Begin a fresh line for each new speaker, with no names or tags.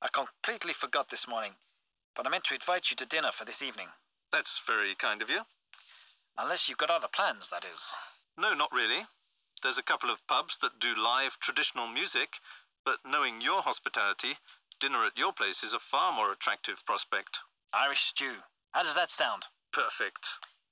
I completely forgot this morning, but I meant to invite you to dinner for this evening.
That's very kind of you.
Unless you've got other plans, that is.
No, not really. There's a couple of pubs that do live traditional music, but knowing your hospitality, dinner at your place is a far more attractive prospect.
Irish stew. How does that sound?
Perfect.